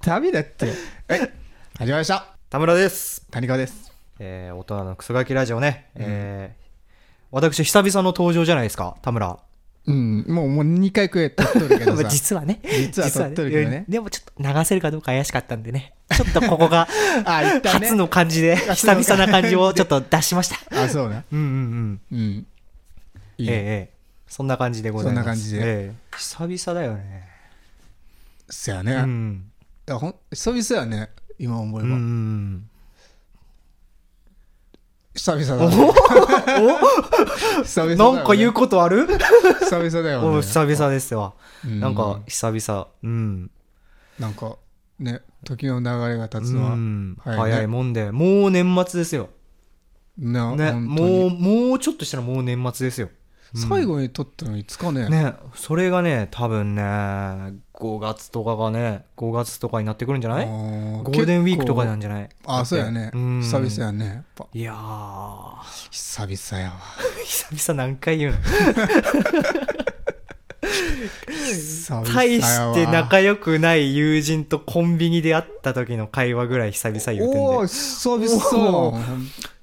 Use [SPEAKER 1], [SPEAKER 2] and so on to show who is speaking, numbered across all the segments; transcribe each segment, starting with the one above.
[SPEAKER 1] 旅だってはい始まりました
[SPEAKER 2] 田村です。
[SPEAKER 1] 谷川です
[SPEAKER 2] えー、大人のクソガキラジオね。えー私、久々の登場じゃないですか、田村。
[SPEAKER 1] うんもうもう2回くらい撮っとるけど
[SPEAKER 3] まあ
[SPEAKER 1] さ
[SPEAKER 3] 実はね
[SPEAKER 1] 実は撮ってるけどね
[SPEAKER 3] うんでもちょっと流せるかどうか怪しかったんでねちょっとここが
[SPEAKER 1] あ一旦ね
[SPEAKER 3] 初の感じで
[SPEAKER 1] 初
[SPEAKER 3] 久
[SPEAKER 1] の感じで
[SPEAKER 3] 々な感じをちょっと出しました
[SPEAKER 1] あそうね
[SPEAKER 2] うんうんうん。
[SPEAKER 1] うんいい
[SPEAKER 2] え
[SPEAKER 1] ね、
[SPEAKER 2] えええそんな感じでございま
[SPEAKER 1] そ
[SPEAKER 2] す。
[SPEAKER 1] んな感じで
[SPEAKER 2] ええ久々だよね。
[SPEAKER 1] そやね、
[SPEAKER 2] う
[SPEAKER 1] い
[SPEAKER 2] ん。
[SPEAKER 1] やほん久々やね今思え
[SPEAKER 2] う
[SPEAKER 1] ば、
[SPEAKER 2] んうん
[SPEAKER 1] 久々だ、ね、 久々
[SPEAKER 2] うん。
[SPEAKER 1] だ、ね、
[SPEAKER 2] なんか言うことある
[SPEAKER 1] 久々だよ
[SPEAKER 2] お
[SPEAKER 1] ね
[SPEAKER 2] 久々ですわ。
[SPEAKER 1] うん
[SPEAKER 2] なんか、久々。うん。
[SPEAKER 1] なんかね時の流れが経つのは、
[SPEAKER 2] うん
[SPEAKER 1] はい
[SPEAKER 2] 早いもんで。もう年末ですよ。
[SPEAKER 1] な、
[SPEAKER 2] ね。
[SPEAKER 1] 本当に
[SPEAKER 2] もう、もうちょっとしたらもう年末ですよ。
[SPEAKER 1] 最後に撮ったのいつかね
[SPEAKER 2] ね、それがね、多分ね、5月とかがね、5月とかになってくるんじゃない
[SPEAKER 1] ゴ
[SPEAKER 2] ゴールデンウィークとかなんじゃない
[SPEAKER 1] あそうやね
[SPEAKER 2] うん
[SPEAKER 1] 久々やねやっぱ
[SPEAKER 2] いやー、
[SPEAKER 1] 久々やわ
[SPEAKER 2] 久々何 回言うの
[SPEAKER 1] 久々やわ
[SPEAKER 2] 大して仲良くない友人とコンビニで会った時の会話ぐらい久々言うてん
[SPEAKER 1] おお
[SPEAKER 2] で。
[SPEAKER 1] 久々や
[SPEAKER 2] お
[SPEAKER 1] わ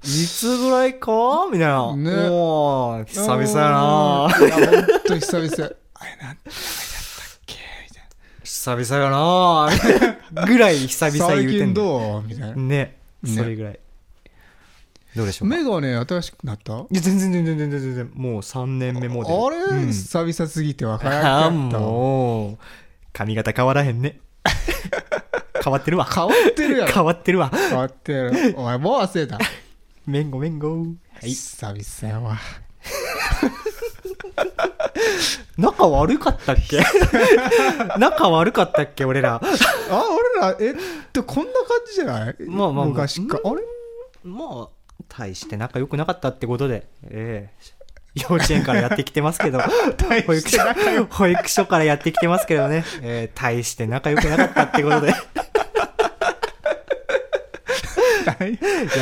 [SPEAKER 2] いつぐらいかみたいな。
[SPEAKER 1] ね
[SPEAKER 2] おー、久々や
[SPEAKER 1] う
[SPEAKER 2] な
[SPEAKER 1] んいやほんと久々あれなんて名前だったっけみたい
[SPEAKER 2] 久々やな ぐらい久
[SPEAKER 1] な
[SPEAKER 2] 々言
[SPEAKER 1] 最
[SPEAKER 2] うて
[SPEAKER 1] 近
[SPEAKER 2] んで。
[SPEAKER 1] どうみたいな
[SPEAKER 2] ね、
[SPEAKER 1] ね
[SPEAKER 2] それぐらい。どうでしょうか
[SPEAKER 1] メガネ新しくなった
[SPEAKER 2] いや、全然全然全然全然、もう3年目も
[SPEAKER 1] あれ、
[SPEAKER 2] うん
[SPEAKER 1] 久々すぎて分から
[SPEAKER 2] ああ、
[SPEAKER 1] なかったわ
[SPEAKER 2] もう、髪型変わらへん ね。変わってるわ。
[SPEAKER 1] 変わってるやろ
[SPEAKER 2] 変わってるわ。
[SPEAKER 1] 変わってるお前もう忘れた
[SPEAKER 2] めんごめんご。はい。
[SPEAKER 1] 久々やわ
[SPEAKER 2] 仲悪かったっけ 仲悪かったっけ俺
[SPEAKER 1] あ
[SPEAKER 2] ら。
[SPEAKER 1] 俺らえっとこんな感じじゃない
[SPEAKER 2] まあまあまあ
[SPEAKER 1] 昔かあれ
[SPEAKER 2] もう、大して仲良くなかったってことで、ええ幼稚園からやってきてま すけど、保育所、 保育所からやってきてますけどね、ええ大して仲良くなかったってことで、 や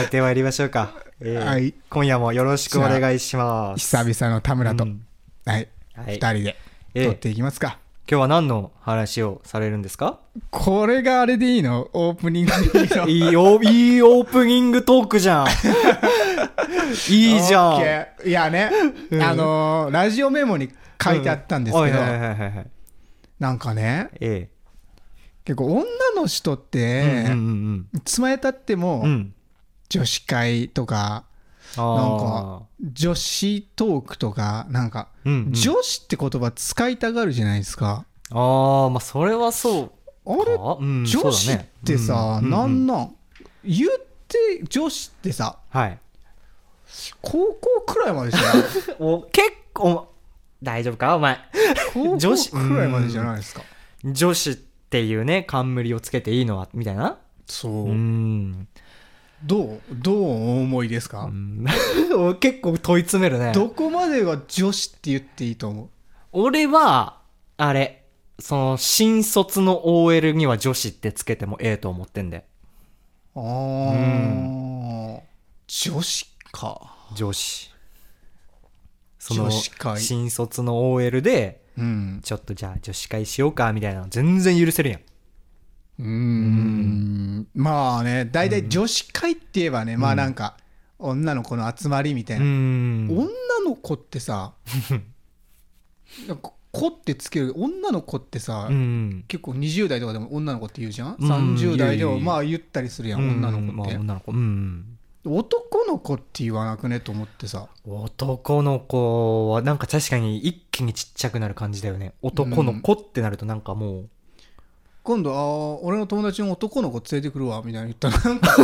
[SPEAKER 2] ってまいりましょうか。ええ
[SPEAKER 1] はい
[SPEAKER 2] 今夜もよろしくお願いします。
[SPEAKER 1] 久々の田村と、
[SPEAKER 2] うん
[SPEAKER 1] はい、
[SPEAKER 2] は
[SPEAKER 1] 二
[SPEAKER 2] い
[SPEAKER 1] 2人で
[SPEAKER 2] ええ
[SPEAKER 1] 撮っていきますか、
[SPEAKER 2] 今日は何の話をされるんですか
[SPEAKER 1] これがあれでいいのオープニングでいいの
[SPEAKER 2] いいよ、いいオープニングトークじ ゃん。いいじゃん。
[SPEAKER 1] オッケーいやね、あのーラジオメモに書いてあったんですけど、
[SPEAKER 2] はいはいはいはいはい。
[SPEAKER 1] なんかね
[SPEAKER 2] え
[SPEAKER 1] 結構女の人っ
[SPEAKER 2] え。
[SPEAKER 1] て、
[SPEAKER 2] うんうん
[SPEAKER 1] いつまでたっても、
[SPEAKER 2] うん。うん。
[SPEAKER 1] 女子会とかなん
[SPEAKER 2] あ
[SPEAKER 1] か女子トークとかなんか、
[SPEAKER 2] ーうんうん
[SPEAKER 1] 女子って言葉使いたがるじゃないですか
[SPEAKER 2] ああ、まあそれはそう
[SPEAKER 1] あ
[SPEAKER 2] か。
[SPEAKER 1] れ
[SPEAKER 2] うん
[SPEAKER 1] 女子ってさ、
[SPEAKER 2] そうだね
[SPEAKER 1] な
[SPEAKER 2] うんうんん
[SPEAKER 1] なん言って女子ってさ
[SPEAKER 2] はい。
[SPEAKER 1] 高校くらいまでじゃない
[SPEAKER 2] お、結構、大丈夫かお前。
[SPEAKER 1] 高
[SPEAKER 2] 女子
[SPEAKER 1] 校くらいまでじゃないですか
[SPEAKER 2] 女子っていうね、冠をつけていいのは、みたいな。
[SPEAKER 1] そう、
[SPEAKER 2] うん。
[SPEAKER 1] どうどうお思いですか、
[SPEAKER 2] うん お結構問い詰めるね。
[SPEAKER 1] どこまでが女子って言っていいと思う
[SPEAKER 2] 俺は、あれ、その、新卒の OL には女子ってつけてもええと思ってんで。
[SPEAKER 1] ああ、女子か
[SPEAKER 2] 女子。その
[SPEAKER 1] 女子会
[SPEAKER 2] 新卒の OL で、
[SPEAKER 1] うん
[SPEAKER 2] ちょっとじゃあ女子会しようか、みたいなの全然許せるやん。
[SPEAKER 1] うーんまあね大体女子会って言えばね、まあなんか女の子の集まりみたいうな、
[SPEAKER 2] ん。
[SPEAKER 1] 女の子って さなんか子ってつける女の子ってさ、
[SPEAKER 2] うん。
[SPEAKER 1] 結構20代とかでも女の子って言うじゃん、
[SPEAKER 2] うん
[SPEAKER 1] 30代で
[SPEAKER 2] 言う
[SPEAKER 1] も
[SPEAKER 2] 言う
[SPEAKER 1] まあ言ったりするやん、女の子
[SPEAKER 2] まあ
[SPEAKER 1] って、
[SPEAKER 2] 女の子。うん。
[SPEAKER 1] 男の子って言わなくねと思ってさ
[SPEAKER 2] 男の子は、なんか確かに一気にちっちゃくなる感じだよね。男の子ってなるとなんかもう、
[SPEAKER 1] 今度あー俺の友達の男の子連れてくるわみたいな言 ったらなんか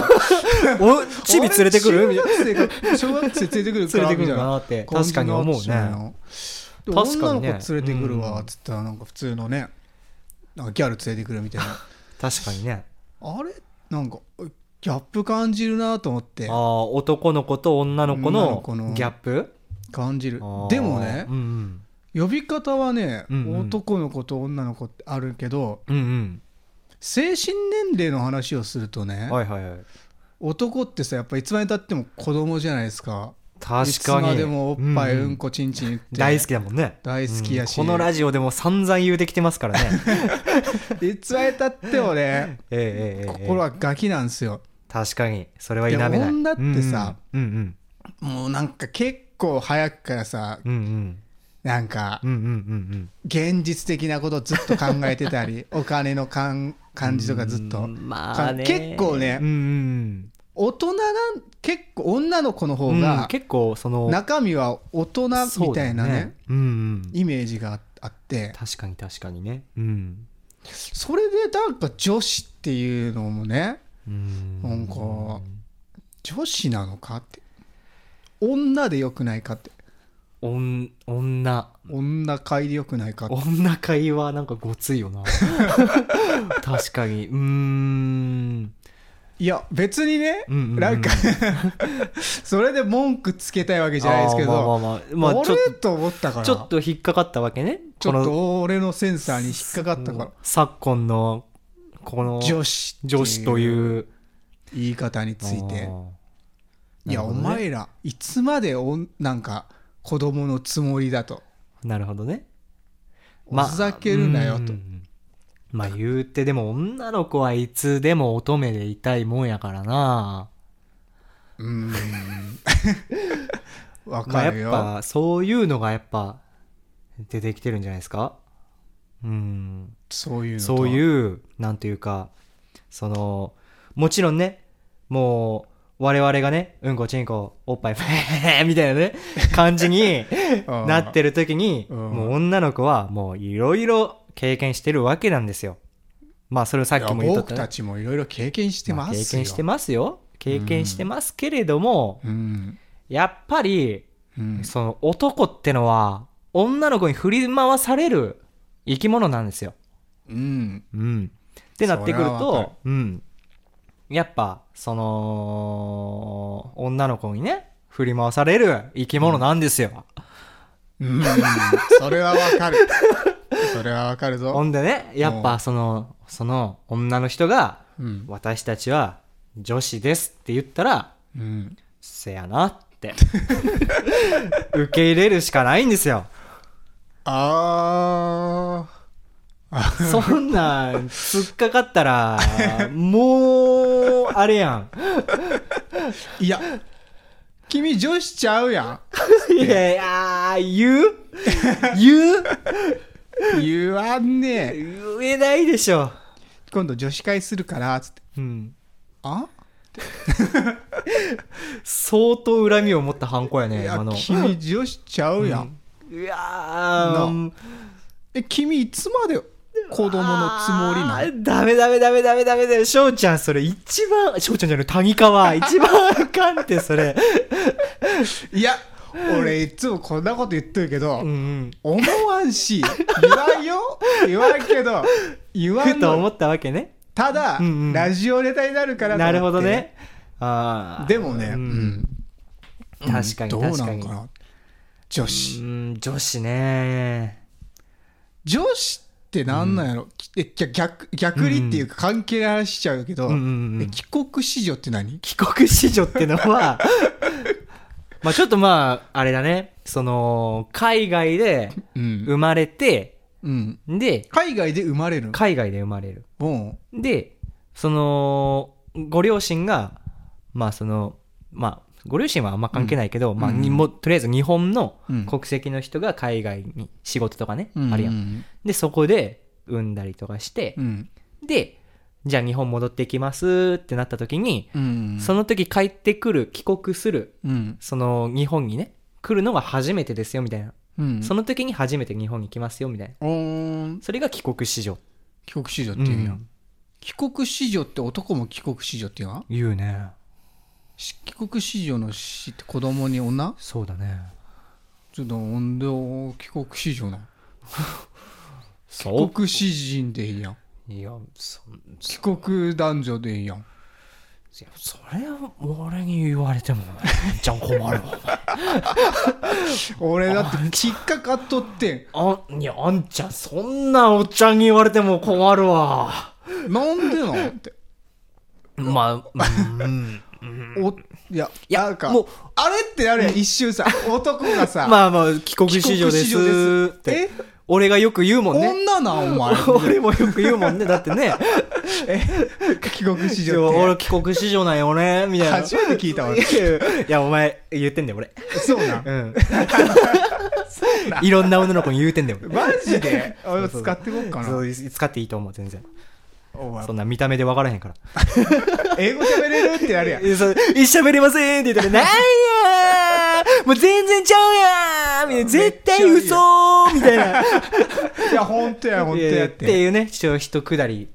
[SPEAKER 2] お、チビ連れてくるみたいな
[SPEAKER 1] あれ中学生が小学生連れてくるか
[SPEAKER 2] 連
[SPEAKER 1] ら
[SPEAKER 2] れ
[SPEAKER 1] みたい
[SPEAKER 2] てくるか
[SPEAKER 1] な
[SPEAKER 2] なって
[SPEAKER 1] 感じ
[SPEAKER 2] 確かに思う
[SPEAKER 1] になっ
[SPEAKER 2] ね
[SPEAKER 1] ちゃうよ
[SPEAKER 2] 確かにね
[SPEAKER 1] 女の子連れてくるわっつったらなんか普通のねなんかギャル連れてくるみたい な
[SPEAKER 2] 確かにね
[SPEAKER 1] あれなんかギャップ感じるなと思って
[SPEAKER 2] ああ男の子と女の子
[SPEAKER 1] 女の子の
[SPEAKER 2] のギャップ
[SPEAKER 1] 感じる
[SPEAKER 2] あー
[SPEAKER 1] でもね
[SPEAKER 2] うんうん
[SPEAKER 1] 呼び方はね
[SPEAKER 2] うんうん
[SPEAKER 1] 男の子と女の子ってあるけど
[SPEAKER 2] うん
[SPEAKER 1] 精神年齢の話をすると
[SPEAKER 2] う
[SPEAKER 1] ね
[SPEAKER 2] んはいはいはい
[SPEAKER 1] 男ってさやっぱいつまでたっても子供じゃないですかい
[SPEAKER 2] 確
[SPEAKER 1] つ
[SPEAKER 2] かに
[SPEAKER 1] までもおっぱい、
[SPEAKER 2] うんう
[SPEAKER 1] うんんこ、ちんちんって。
[SPEAKER 2] 大好きだもんね
[SPEAKER 1] 大好きやし
[SPEAKER 2] うんこのラジオでも散々言うてきてますからね
[SPEAKER 1] いつまでたってもね、
[SPEAKER 2] ええ ええええ
[SPEAKER 1] 心はガキなんですよ。
[SPEAKER 2] 確かにそれは否めない
[SPEAKER 1] で女ってさ
[SPEAKER 2] うんうん
[SPEAKER 1] もうなんか結構早くからさ、
[SPEAKER 2] うんうん
[SPEAKER 1] なんか
[SPEAKER 2] うんうんうん
[SPEAKER 1] 現実的なことずっと考えてた り、お金のかん感じとかずっと。
[SPEAKER 3] まあね
[SPEAKER 1] 結構ね
[SPEAKER 2] うんうんうん
[SPEAKER 1] 大人が結構女の子の方
[SPEAKER 2] うんう
[SPEAKER 1] が
[SPEAKER 2] ん結構その
[SPEAKER 1] 中身は大人みたいなね
[SPEAKER 2] そうだようんうん
[SPEAKER 1] イメージがあって
[SPEAKER 2] 確かに確かにねうん
[SPEAKER 1] それでなんか女子っていうのもね
[SPEAKER 2] うん
[SPEAKER 1] なんか女子なのかって女でよくないかって
[SPEAKER 2] おん女
[SPEAKER 1] 女会でよくないかって
[SPEAKER 2] 女会はなんかごつい よな確かにうーん
[SPEAKER 1] いや別にね
[SPEAKER 2] うんうんうん
[SPEAKER 1] なんかそれで文句つけたいわけじゃないですけ
[SPEAKER 2] あーまあ
[SPEAKER 1] ど
[SPEAKER 2] まあ
[SPEAKER 1] あ
[SPEAKER 2] まあ、まあ、ちょっ
[SPEAKER 1] れと思ったから
[SPEAKER 2] とちょっと引っかかったわけね
[SPEAKER 1] ちょっ
[SPEAKER 2] この
[SPEAKER 1] と俺のセンサーに引っかかったから
[SPEAKER 2] 昨今のこの
[SPEAKER 1] 女子って
[SPEAKER 2] 女子という
[SPEAKER 1] 言い方について
[SPEAKER 2] あー
[SPEAKER 1] いや、
[SPEAKER 2] な
[SPEAKER 1] お
[SPEAKER 2] るほどね
[SPEAKER 1] 前らいつまでおんなんか子供のつもりだと
[SPEAKER 2] なるほどね
[SPEAKER 1] おふざけるなよと、
[SPEAKER 2] うんまあ言うてでも女の子はいつでも乙女でいたいもんやからな
[SPEAKER 1] うーんわ
[SPEAKER 2] まあ
[SPEAKER 1] かるよ、
[SPEAKER 2] やっぱそういうのがやっぱ出てきてるんじゃないですかうん
[SPEAKER 1] そういうのと
[SPEAKER 2] そう
[SPEAKER 1] う
[SPEAKER 2] いうなんていうかそのもちろんねもう我々がねうんこちんこおっぱい みたいなね感じになってる時に
[SPEAKER 1] うん
[SPEAKER 2] もう女の子はもういろいろ経験してるわけなんですよまあそれをさ
[SPEAKER 1] さ
[SPEAKER 2] っきも言っとっ
[SPEAKER 1] 僕
[SPEAKER 2] たね
[SPEAKER 1] たちもいろいろ経験して
[SPEAKER 2] まあ
[SPEAKER 1] ますよ、
[SPEAKER 2] 経験してますよ経験してますけれども、
[SPEAKER 1] うん
[SPEAKER 2] やっぱり
[SPEAKER 1] うん
[SPEAKER 2] その男ってのは女の子に振り回される生き物なんですよ。
[SPEAKER 1] うん
[SPEAKER 2] うん、ってなってく
[SPEAKER 1] それ
[SPEAKER 2] る
[SPEAKER 1] はわか
[SPEAKER 2] と、うん、やっぱその女の子にね振り回される生き物なんですよ。
[SPEAKER 1] うんそれはわかるそれはわかる
[SPEAKER 2] ほ
[SPEAKER 1] ぞ、
[SPEAKER 2] んでねやっぱそのその女の人が
[SPEAKER 1] うん
[SPEAKER 2] 私たちは女子ですって言ったら
[SPEAKER 1] うん、
[SPEAKER 2] せやなって受け入れるしかないんですよ
[SPEAKER 1] あー
[SPEAKER 2] そんなん突っかかったらもうあれや
[SPEAKER 1] いや君女子ちゃうや
[SPEAKER 2] んいやいや言う言うん
[SPEAKER 1] 言わんねえ
[SPEAKER 2] 言えないでしょ、
[SPEAKER 1] 今度女子会するからつって
[SPEAKER 2] うん、
[SPEAKER 1] あ
[SPEAKER 2] 相当恨みを持った犯行や
[SPEAKER 1] い
[SPEAKER 2] ね
[SPEAKER 1] や
[SPEAKER 2] 今の
[SPEAKER 1] 君女子ちゃうやん、
[SPEAKER 2] いやー
[SPEAKER 1] え君いつまで子供のつもりな
[SPEAKER 2] あ
[SPEAKER 1] の
[SPEAKER 2] ーダメダメダメダメダメだよ翔ちゃんそれ一番翔ちゃんじゃない谷 川一番あかんってそれ
[SPEAKER 1] いや俺いつもこんなこと言ってるけど、
[SPEAKER 2] うん
[SPEAKER 1] 思わんし言わんよ言わんけど言わ
[SPEAKER 2] ふ
[SPEAKER 1] ん
[SPEAKER 2] と
[SPEAKER 1] の
[SPEAKER 2] 思ったわけね
[SPEAKER 1] ただ、
[SPEAKER 2] うんうん
[SPEAKER 1] ラジオネタになるからと思っ
[SPEAKER 2] な
[SPEAKER 1] て
[SPEAKER 2] るほどねああ
[SPEAKER 1] でもね、
[SPEAKER 2] う
[SPEAKER 1] うんん
[SPEAKER 2] 確かに
[SPEAKER 1] どうな
[SPEAKER 2] 確か
[SPEAKER 1] の
[SPEAKER 2] に
[SPEAKER 1] かな女
[SPEAKER 2] う
[SPEAKER 1] 子
[SPEAKER 2] ん女子ね
[SPEAKER 1] 女子ってなんなんやろ、えじゃ逆逆にっていうか関係の話しちゃうけど、
[SPEAKER 2] うんうんうん
[SPEAKER 1] え帰国子女って何
[SPEAKER 2] 帰国子女ってのは まあちょっとまああれだねその海外で
[SPEAKER 1] うん
[SPEAKER 2] 生まれて
[SPEAKER 1] うん、
[SPEAKER 2] で
[SPEAKER 1] 海外で生まれるの
[SPEAKER 2] 海外で生まれる
[SPEAKER 1] うん
[SPEAKER 2] でそのご両親がまあそのまあご両親はあんま関係ないけど、まあにもとりあえず日本の
[SPEAKER 1] うん
[SPEAKER 2] 国籍の人が海外に仕事とかね、
[SPEAKER 1] うん
[SPEAKER 2] あるやんでそこで産んだりとかして
[SPEAKER 1] う、ん
[SPEAKER 2] でじゃあ日本戻ってきますってなった時に、
[SPEAKER 1] うん
[SPEAKER 2] その時帰ってくる帰国する
[SPEAKER 1] うん
[SPEAKER 2] その日本にね来るのが初めてですよみたいな、
[SPEAKER 1] うん
[SPEAKER 2] その時に初めて日本に来ますよみたいな
[SPEAKER 1] うーん
[SPEAKER 2] それが帰国子女
[SPEAKER 1] 帰国子女って言うやん、
[SPEAKER 2] うん
[SPEAKER 1] 帰国子女って男も帰国子女って言うやん
[SPEAKER 2] 言うね
[SPEAKER 1] し帰国子女の子って子供に女
[SPEAKER 2] そうだね
[SPEAKER 1] ちょっと温度帰国子女な
[SPEAKER 2] そ
[SPEAKER 1] 帰国子人でいいやん
[SPEAKER 2] ういやそ
[SPEAKER 1] 帰国男女でいいやん
[SPEAKER 2] いやそれは俺に言われてもねめっちゃん困るわ
[SPEAKER 1] 俺だって引っかかっとってん
[SPEAKER 2] あんいやあんちゃんそんなおっちゃんに言われても困るわ
[SPEAKER 1] なんでなんって
[SPEAKER 2] まあ、うん
[SPEAKER 1] おいや
[SPEAKER 2] いや
[SPEAKER 1] なんか
[SPEAKER 2] もう
[SPEAKER 1] あれってなるやん一瞬さ男がさ、
[SPEAKER 2] まあまあ、帰国子女です
[SPEAKER 1] 帰国子女です
[SPEAKER 2] って。俺がよく言うもんね。
[SPEAKER 1] 女なお前
[SPEAKER 2] 俺もよく言うもんね。だって ね、
[SPEAKER 1] 帰国子女って
[SPEAKER 2] 俺帰国子女なんよね、みたいな。
[SPEAKER 1] 初めて聞いたわ
[SPEAKER 2] いや、お前、言ってんだよ、俺。
[SPEAKER 1] そう なん
[SPEAKER 2] うん。いろんな女の子に言うてんだよ、俺。
[SPEAKER 1] マジで俺使ってこっか
[SPEAKER 2] そ
[SPEAKER 1] な
[SPEAKER 2] う使っていいと思う、全然。
[SPEAKER 1] お前
[SPEAKER 2] そんな見た目で分からへんから。
[SPEAKER 1] 英語喋れるってなるやん
[SPEAKER 2] えそう一緒喋れませんって言ったら、なんやーもう全然ちゃうやーみたいな、絶対嘘ーみたいな。
[SPEAKER 1] いや本当 や本当やっ
[SPEAKER 2] って
[SPEAKER 1] て
[SPEAKER 2] いうね、ちょっと一くだり、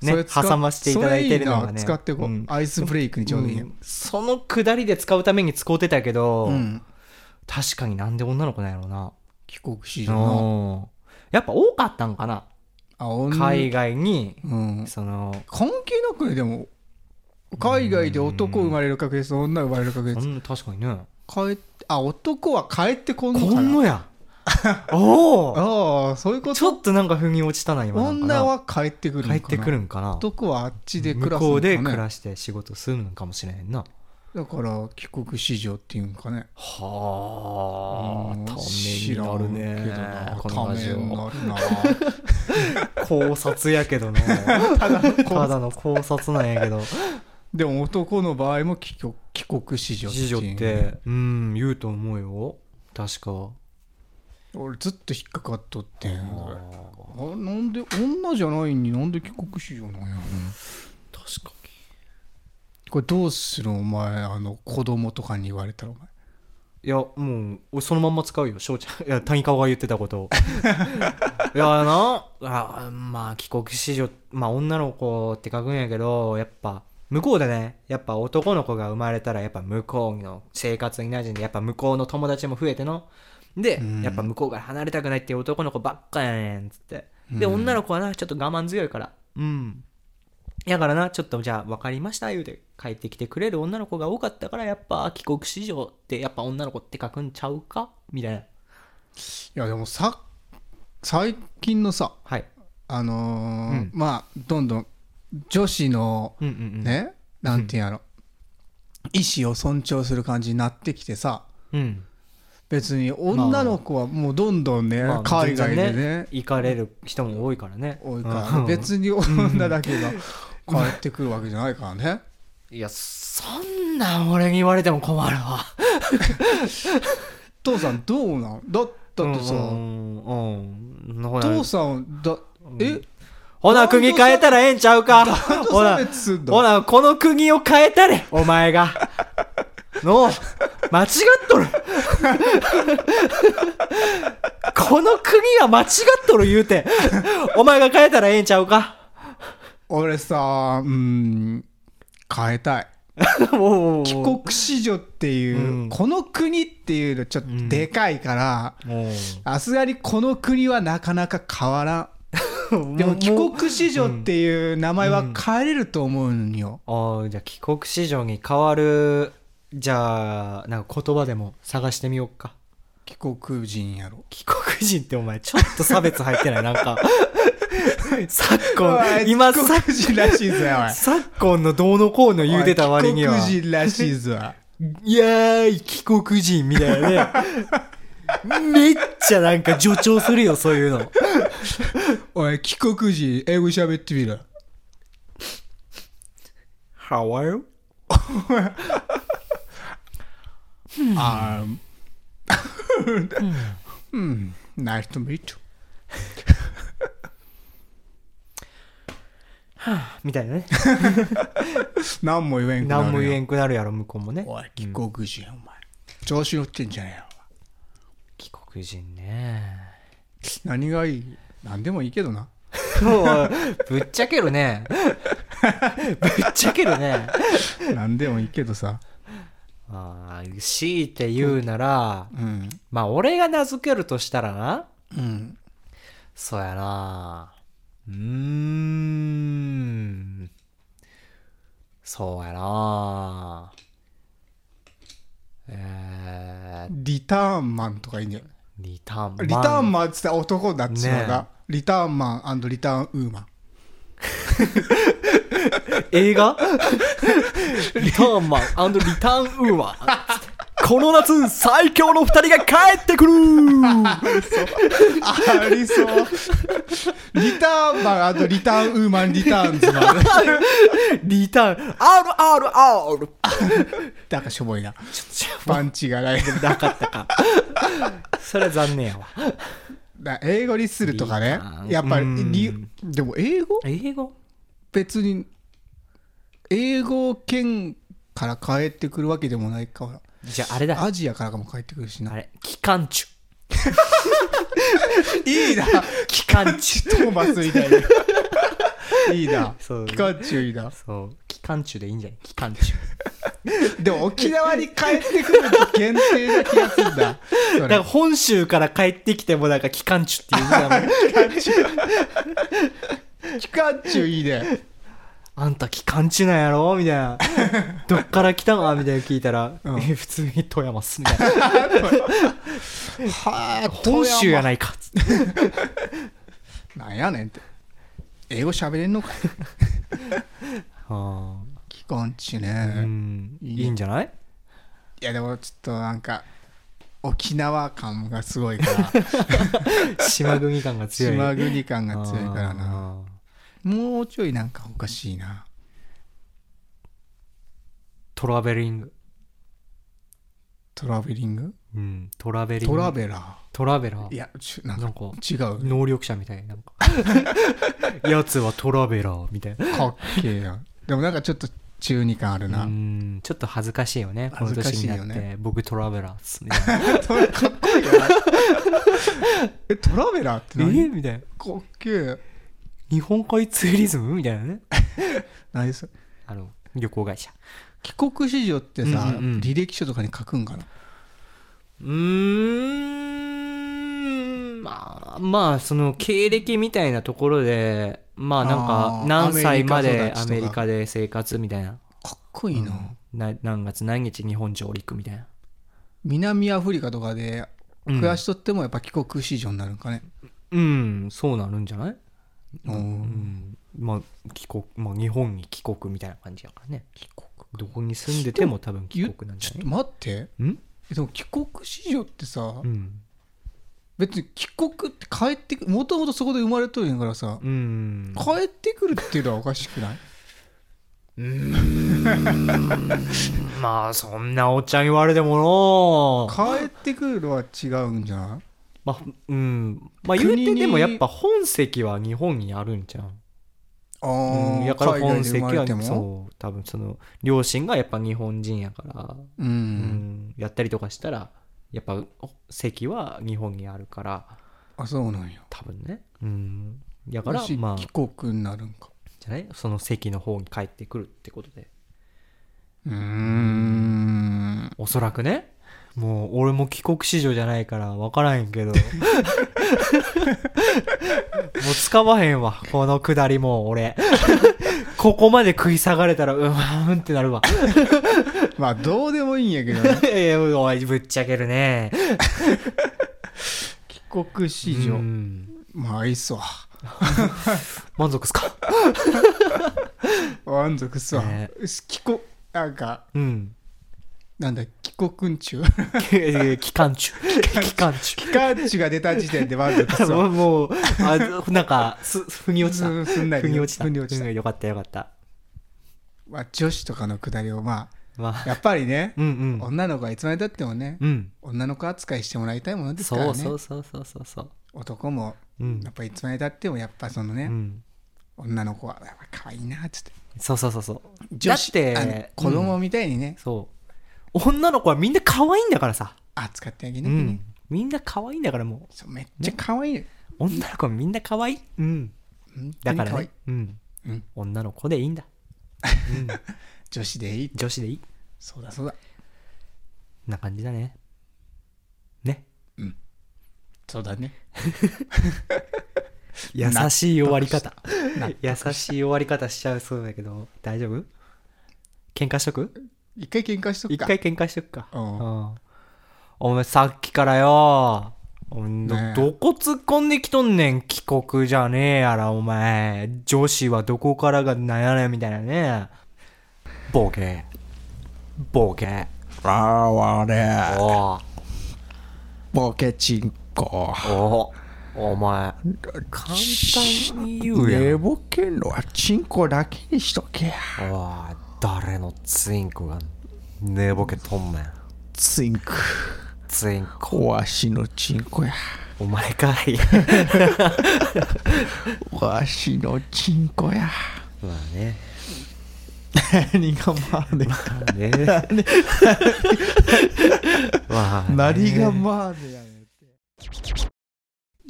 [SPEAKER 1] そ
[SPEAKER 2] ね、
[SPEAKER 1] れ使っ
[SPEAKER 2] 挟ましていただいてるのが
[SPEAKER 1] それいい
[SPEAKER 2] ね。
[SPEAKER 1] な使ってこう、
[SPEAKER 2] うん
[SPEAKER 1] アイスブレイクにちょうどいいやん、
[SPEAKER 2] そのくだりで使うために使うてたけど、
[SPEAKER 1] うん
[SPEAKER 2] 確かになんで女の子なんやろうな。
[SPEAKER 1] 帰国子女の
[SPEAKER 2] うんやっぱ多かったんかな、
[SPEAKER 1] あ女
[SPEAKER 2] 海外に、
[SPEAKER 1] うん
[SPEAKER 2] その、
[SPEAKER 1] 関係なくねでも海外で男生まれる確率女生まれる確
[SPEAKER 2] そ
[SPEAKER 1] 率
[SPEAKER 2] んな確かにね。
[SPEAKER 1] 帰っあ男は帰ってこんの
[SPEAKER 2] こ
[SPEAKER 1] か
[SPEAKER 2] ん
[SPEAKER 1] な
[SPEAKER 2] のや。おお
[SPEAKER 1] ああそういうこと
[SPEAKER 2] ちょっとなんか腑に落ちたな、今なんか
[SPEAKER 1] 女
[SPEAKER 2] な。
[SPEAKER 1] は帰ってくるのか
[SPEAKER 2] 帰
[SPEAKER 1] な
[SPEAKER 2] ってくるんかな。
[SPEAKER 1] 男はあっちで暮
[SPEAKER 2] 向
[SPEAKER 1] らす
[SPEAKER 2] こ
[SPEAKER 1] の
[SPEAKER 2] う
[SPEAKER 1] か、ね、
[SPEAKER 2] で暮らして仕事するのかもしれへんな。
[SPEAKER 1] だから帰国子女っていうんかね
[SPEAKER 2] は
[SPEAKER 1] う
[SPEAKER 2] あ、
[SPEAKER 1] ん
[SPEAKER 2] ためになる
[SPEAKER 1] 知らんけど
[SPEAKER 2] ね
[SPEAKER 1] な。
[SPEAKER 2] このラジ
[SPEAKER 1] ためにな
[SPEAKER 2] オ。
[SPEAKER 1] るな
[SPEAKER 2] 考察やけどな。 ただの考察なんやけど。
[SPEAKER 1] でも男の場合も帰国帰国子女
[SPEAKER 2] 次女
[SPEAKER 1] いう
[SPEAKER 2] って、うん、言うと思うよ。確か。
[SPEAKER 1] 俺ずっと引っかかっとってんあなんで女じゃないのになんで帰国子女なんやろな
[SPEAKER 2] 確か
[SPEAKER 1] これどうするお前あの子供とかに言われたらお前
[SPEAKER 2] いや、もう、俺そのまんま使うよ、翔ちゃん。い や、谷川が言ってたことを。 いや、な、あまあ、帰国子女、まあ、女の子って書くんやけど、やっぱ、向こうでね、やっぱ男の子が生まれたら、やっぱ向こうの生活に馴染んで、やっぱ向こうの友達も増えての。で、やっぱ向こうから離れたくないっていう男の子ばっかやねん、つって。で、女の子はな、ちょっと我慢強いから。うん。やからな、ちょっとじゃあ分かりました言うて帰ってきてくれる女の子が多かったからやっぱ帰国子女ってやっぱ女の子って書くんちゃうかみたいな。
[SPEAKER 1] いやでもさ最近のさ
[SPEAKER 2] はい。
[SPEAKER 1] あのー
[SPEAKER 2] うん
[SPEAKER 1] まあどんどん女子の
[SPEAKER 2] うんうんうん。
[SPEAKER 1] ね、なんていうんやろ、意思を尊重する感じになってきてさ
[SPEAKER 2] うん。
[SPEAKER 1] 別に女の子はもうどんどんね、
[SPEAKER 2] まあ
[SPEAKER 1] 海外で
[SPEAKER 2] 全
[SPEAKER 1] ね
[SPEAKER 2] 然行かれる人も多いからね。
[SPEAKER 1] 多いから、別に女だけが帰ってくるわけじゃないからね。
[SPEAKER 2] いや、そんなん俺に言われても困るわ。
[SPEAKER 1] 父さんどうなんだだってさ、
[SPEAKER 2] うんうん。ほな
[SPEAKER 1] 父、さんだえ
[SPEAKER 2] ほな国変えたらええんちゃうかほ
[SPEAKER 1] 差
[SPEAKER 2] な、
[SPEAKER 1] 別すんの
[SPEAKER 2] ほな、この国を変えた れお前が。のう、間違っとるこの国は間違っとる言うて。お前が変えたらええんちゃうか
[SPEAKER 1] 俺さうん変えたい
[SPEAKER 2] もう、
[SPEAKER 1] 帰国子女っていう、
[SPEAKER 2] うん
[SPEAKER 1] この国っていうのちょっとでかいから
[SPEAKER 2] も
[SPEAKER 1] さすがにこの国はなかなか変わらん
[SPEAKER 2] う。
[SPEAKER 1] でも帰
[SPEAKER 2] う
[SPEAKER 1] 国子女っていう名前は変えれると思うんよ。
[SPEAKER 2] ああ、じゃあ帰国子女に変わる、じゃあ、なんか言葉でも探してみようか。
[SPEAKER 1] 帰国人やろ。
[SPEAKER 2] 帰国人ってお前、ちょっと差別入ってないなん か。昨今、今、
[SPEAKER 1] 帰
[SPEAKER 2] 昨
[SPEAKER 1] 国人らしいぞや
[SPEAKER 2] 昨今のどうのこうの
[SPEAKER 1] おい。
[SPEAKER 2] 言うてた割には。
[SPEAKER 1] 帰国人らしいぞ。
[SPEAKER 2] いやーい、帰国人みたいなね。 めっちゃなんか助長するよ、そういうの。
[SPEAKER 1] おい、帰国人、英語喋ってみろ。
[SPEAKER 2] How are you?
[SPEAKER 1] あーうん。うん。ナイスとミート。
[SPEAKER 2] みたいなね。
[SPEAKER 1] 何も言えんくなる
[SPEAKER 2] 何も言え
[SPEAKER 1] ん。
[SPEAKER 2] んくなるやろ、向こうもね。
[SPEAKER 1] おい、帰国人、お前。調子乗ってんじゃねえよ。
[SPEAKER 2] 帰国人ね。
[SPEAKER 1] 何がいい何でもいいけどな。
[SPEAKER 2] もう、ぶっちゃけるね。 ぶっちゃけるね。
[SPEAKER 1] 何でもいいけどさ。
[SPEAKER 2] あー強いて言うなら、
[SPEAKER 1] うん。
[SPEAKER 2] まあ、俺が名付けるとしたらな。
[SPEAKER 1] うん。
[SPEAKER 2] そうやなうーん。そうやなえー、
[SPEAKER 1] リターンマンとかいいんじゃない
[SPEAKER 2] リターンマン。
[SPEAKER 1] リターンマンって言ったら男になっちまうが、
[SPEAKER 2] ね
[SPEAKER 1] リターンマ ンリターンウーマン。
[SPEAKER 2] 映画リターンマンリターンウーマン。この夏、最強の二人が帰ってくる
[SPEAKER 1] ありそう。リターンマン、あとリターンウーマン、リターンズマン。
[SPEAKER 2] リターン、RRR!
[SPEAKER 1] なんかしょぼいな。パンチがない。
[SPEAKER 2] なかったか。それは残念やわ。
[SPEAKER 1] だ英語にするとか
[SPEAKER 2] リ
[SPEAKER 1] ね
[SPEAKER 2] ター。ン
[SPEAKER 1] やっぱり
[SPEAKER 2] うん、
[SPEAKER 1] りでも英語
[SPEAKER 2] 英語
[SPEAKER 1] 別に、英語圏から帰ってくるわけでもないから。
[SPEAKER 2] じゃあ、あれだ。
[SPEAKER 1] アジアからも帰ってくるし
[SPEAKER 2] あ
[SPEAKER 1] な。
[SPEAKER 2] れ、機関中。
[SPEAKER 1] いい な。
[SPEAKER 2] 機関中。
[SPEAKER 1] トーマスみたいな。いいな。
[SPEAKER 2] そう
[SPEAKER 1] ピカチュウいいな。
[SPEAKER 2] そう、機関中でいいんじゃない機関中。
[SPEAKER 1] でも沖縄に帰ってくると限定な気がするんだ。そ
[SPEAKER 2] だから
[SPEAKER 1] れ
[SPEAKER 2] 本州から帰ってきてもなんか機関中って言うんだもん。
[SPEAKER 1] ピカチュウいいね。
[SPEAKER 2] あんた機関中なんやろみたい な。どっから来たかみたいな聞いたら、
[SPEAKER 1] うん
[SPEAKER 2] え、普通に富山っす。みたい な。
[SPEAKER 1] はあ、
[SPEAKER 2] 本州や
[SPEAKER 1] な。
[SPEAKER 2] ないか。
[SPEAKER 1] なんやねんって。英語喋れんのかい
[SPEAKER 2] あ
[SPEAKER 1] ピカチュウ
[SPEAKER 2] あ、
[SPEAKER 1] ね。
[SPEAKER 2] うん。
[SPEAKER 1] いいね
[SPEAKER 2] いいんじゃない
[SPEAKER 1] いやでもちょっとなんか、沖縄感がすごいから、
[SPEAKER 2] 島国感が 強い。
[SPEAKER 1] 島国感が強いからな。
[SPEAKER 2] あー。
[SPEAKER 1] もうちょいなんかおかしいな。
[SPEAKER 2] トラベリング。
[SPEAKER 1] トラベリング
[SPEAKER 2] うん。トラベリング。
[SPEAKER 1] トラベラ
[SPEAKER 2] トラベラ
[SPEAKER 1] ー。い
[SPEAKER 2] ー。
[SPEAKER 1] や、ちょなん
[SPEAKER 2] な
[SPEAKER 1] か
[SPEAKER 2] んか、
[SPEAKER 1] 違う。
[SPEAKER 2] 能力者みたいな。なん か やつはトラベラーみたいな。
[SPEAKER 1] かっけえな。でもなんかちょっと中二感ある
[SPEAKER 2] う
[SPEAKER 1] な。
[SPEAKER 2] んちょっと恥ずかしいよねこの
[SPEAKER 1] 恥ずか
[SPEAKER 2] 年
[SPEAKER 1] しい
[SPEAKER 2] に
[SPEAKER 1] よ
[SPEAKER 2] な
[SPEAKER 1] ね
[SPEAKER 2] って、僕トラベラーっす みたいな
[SPEAKER 1] かっこいいよな。え、トラベラーって
[SPEAKER 2] え
[SPEAKER 1] 何
[SPEAKER 2] みたいな
[SPEAKER 1] かっけえ。
[SPEAKER 2] 日本海ツーリズムみたいなね
[SPEAKER 1] 何それ
[SPEAKER 2] あの旅行会社
[SPEAKER 1] 帰国子女ってさ、
[SPEAKER 2] うんうんうん
[SPEAKER 1] 履歴書とかに書くんかな
[SPEAKER 2] うーんまあまあその経歴みたいなところでまあなん
[SPEAKER 1] あ
[SPEAKER 2] か
[SPEAKER 1] ー
[SPEAKER 2] 何歳までア
[SPEAKER 1] アメ
[SPEAKER 2] メリ
[SPEAKER 1] リ
[SPEAKER 2] カ
[SPEAKER 1] カ
[SPEAKER 2] で生活みたいな
[SPEAKER 1] かっこいいな。
[SPEAKER 2] な何月何日日本上陸みたいな
[SPEAKER 1] 南アフリカとかで
[SPEAKER 2] うん
[SPEAKER 1] 暮らしとってもやっぱ帰国子女になるんかね。
[SPEAKER 2] うんそうなるんじゃない
[SPEAKER 1] おー
[SPEAKER 2] うんまあ帰国まあ日本に帰国みたいな感じやからね帰国どこに住んでても多分帰
[SPEAKER 1] ゆ
[SPEAKER 2] 国なんじ
[SPEAKER 1] ち
[SPEAKER 2] ゃ
[SPEAKER 1] ょっ
[SPEAKER 2] な
[SPEAKER 1] と
[SPEAKER 2] い
[SPEAKER 1] 待って。
[SPEAKER 2] うん
[SPEAKER 1] えでも帰国子女ってさ、
[SPEAKER 2] うん
[SPEAKER 1] 別に帰国って帰ってくもともとそこで生まれとるんやからさ、
[SPEAKER 2] うん
[SPEAKER 1] 帰ってくるっていうのはおかしくない
[SPEAKER 2] まあそんなおっちゃん言われてもな
[SPEAKER 1] 帰ってくるのは違うんじゃない
[SPEAKER 2] まあうんまあ言うて
[SPEAKER 1] 国に
[SPEAKER 2] でもやっぱ本籍は日本にあるんじゃん
[SPEAKER 1] あ
[SPEAKER 2] うん
[SPEAKER 1] あ、
[SPEAKER 2] やから本籍
[SPEAKER 1] 海外で生ま
[SPEAKER 2] は
[SPEAKER 1] れても
[SPEAKER 2] そう多分その両親がやっぱ日本人やから
[SPEAKER 1] う、
[SPEAKER 2] うんんやったりとかしたらやっぱ籍は日本にあるから
[SPEAKER 1] あそうなんや
[SPEAKER 2] 多分ねうんや
[SPEAKER 1] だ
[SPEAKER 2] からまあ
[SPEAKER 1] 帰国になるんか
[SPEAKER 2] じゃないその席の方に帰ってくるってことで
[SPEAKER 1] うーん
[SPEAKER 2] おそらくねもう俺も帰国子女じゃないから分からへ んけどもうつかまへんわこのくだりもう俺ここまで食い下がれたらうわうんってなるわ
[SPEAKER 1] まあどうでもいいんやけどね
[SPEAKER 2] い やいやおいぶっちゃけるね
[SPEAKER 1] 帰国子
[SPEAKER 2] う
[SPEAKER 1] 女
[SPEAKER 2] ん
[SPEAKER 1] まあいいっすわ
[SPEAKER 2] 満足っすか
[SPEAKER 1] 満足っすわ、
[SPEAKER 2] ね
[SPEAKER 1] 帰国なんか
[SPEAKER 2] うん
[SPEAKER 1] なんだ帰国んちゅう
[SPEAKER 2] 期間中期 間中
[SPEAKER 1] 帰国中が出た時点で満足っすわ
[SPEAKER 2] もうもうあなんかす腑に落ちた
[SPEAKER 1] うんすんなり
[SPEAKER 2] 腑に落ちた
[SPEAKER 1] 腑に落ちた
[SPEAKER 2] うんよかったよかった
[SPEAKER 1] まあ女子とかのくだりをま
[SPEAKER 2] ま
[SPEAKER 1] あ
[SPEAKER 2] あ
[SPEAKER 1] やっぱりね
[SPEAKER 2] うんうん
[SPEAKER 1] 女の子はいつまでたってもね、
[SPEAKER 2] うん
[SPEAKER 1] 女の子扱いしてもらいたいものですからね
[SPEAKER 2] そうそうそうそうそうそう
[SPEAKER 1] 男も
[SPEAKER 2] うん
[SPEAKER 1] やっぱいつまでたってもやっぱそのね、
[SPEAKER 2] うん
[SPEAKER 1] 女の子はやっぱ可愛いなっつって
[SPEAKER 2] そうそうそうそう
[SPEAKER 1] 女子
[SPEAKER 2] だって
[SPEAKER 1] あの子供みたいにね、
[SPEAKER 2] そう女の子はみんな可愛いんだからさ
[SPEAKER 1] 扱ってあげ
[SPEAKER 2] う
[SPEAKER 1] なきゃね、
[SPEAKER 2] んみんな可愛いんだからも
[SPEAKER 1] そうめっちゃ可愛い、
[SPEAKER 2] う女の子はみんな可愛いうん
[SPEAKER 1] 本当
[SPEAKER 2] だ
[SPEAKER 1] に
[SPEAKER 2] から
[SPEAKER 1] 可愛い
[SPEAKER 2] ねうん
[SPEAKER 1] うん
[SPEAKER 2] 女の子でいいんだうん
[SPEAKER 1] 女子でいい
[SPEAKER 2] 女子でいい
[SPEAKER 1] そうだそうだ
[SPEAKER 2] な感じだねね
[SPEAKER 1] そうだね
[SPEAKER 2] 優しい終わり方
[SPEAKER 1] 納
[SPEAKER 2] 優しい終わり方しちゃうそうだけど大丈夫喧嘩しとく
[SPEAKER 1] 一回喧嘩しとく
[SPEAKER 2] 一
[SPEAKER 1] か
[SPEAKER 2] 回喧嘩しとくか。
[SPEAKER 1] うん
[SPEAKER 2] うんお前さっきからよ。お前ど
[SPEAKER 1] ねえ
[SPEAKER 2] どこ突っ込んできとんねん帰国じゃねえやらお前女子はどこからが悩やねんみたいなねボケボケ。
[SPEAKER 1] あわ
[SPEAKER 2] お
[SPEAKER 1] れ、
[SPEAKER 2] お
[SPEAKER 1] ボケチンコ。
[SPEAKER 2] おお前、簡単に言う
[SPEAKER 1] 寝
[SPEAKER 2] やん。
[SPEAKER 1] ぼけんのはチンコだけにしとけや。
[SPEAKER 2] おい誰のツインクが寝ぼけとんねん。
[SPEAKER 1] ツインク。
[SPEAKER 2] ツインク。
[SPEAKER 1] わしのチンコや。
[SPEAKER 2] お前かい。
[SPEAKER 1] わしのチンコや。
[SPEAKER 2] まあね。
[SPEAKER 1] 何がまあね。
[SPEAKER 2] ね まあ
[SPEAKER 1] 何がまあねやねんって。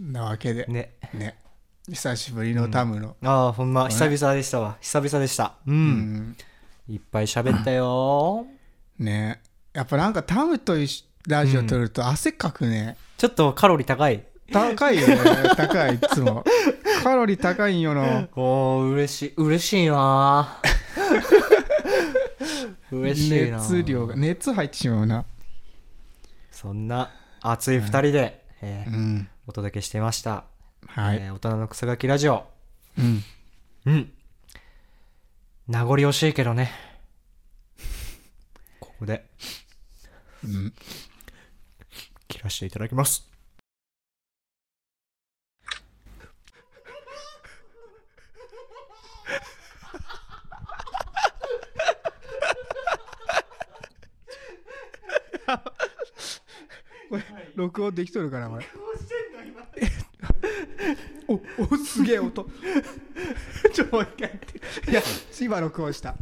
[SPEAKER 1] なわけで、
[SPEAKER 2] ね。
[SPEAKER 1] ね。久しぶりのタムの。
[SPEAKER 2] ああ、ほんま、久々でしたわ。久々でした。うん。
[SPEAKER 1] うん
[SPEAKER 2] いっぱい喋ったよ。
[SPEAKER 1] ねやっぱなんかタムと一緒ラジオ撮ると汗かくね、
[SPEAKER 2] ちょっとカロリー高い。
[SPEAKER 1] 高 いよね高いいつもカロリー高いんよな
[SPEAKER 2] おー、嬉しい。嬉し いな嬉しいな
[SPEAKER 1] 熱量が熱入ってしまうな
[SPEAKER 2] そんな熱い二人で、え
[SPEAKER 1] う
[SPEAKER 2] ー
[SPEAKER 1] ん
[SPEAKER 2] お届けしてました。
[SPEAKER 1] はい、
[SPEAKER 2] えー大人の草書きラジオ。
[SPEAKER 1] うん
[SPEAKER 2] うん。名残惜しいけどね。ここで
[SPEAKER 1] うん
[SPEAKER 2] 切らせていただきます。
[SPEAKER 1] 録音できとるかなこれ おおすげえ音 ちょもう一回やっていや今録音した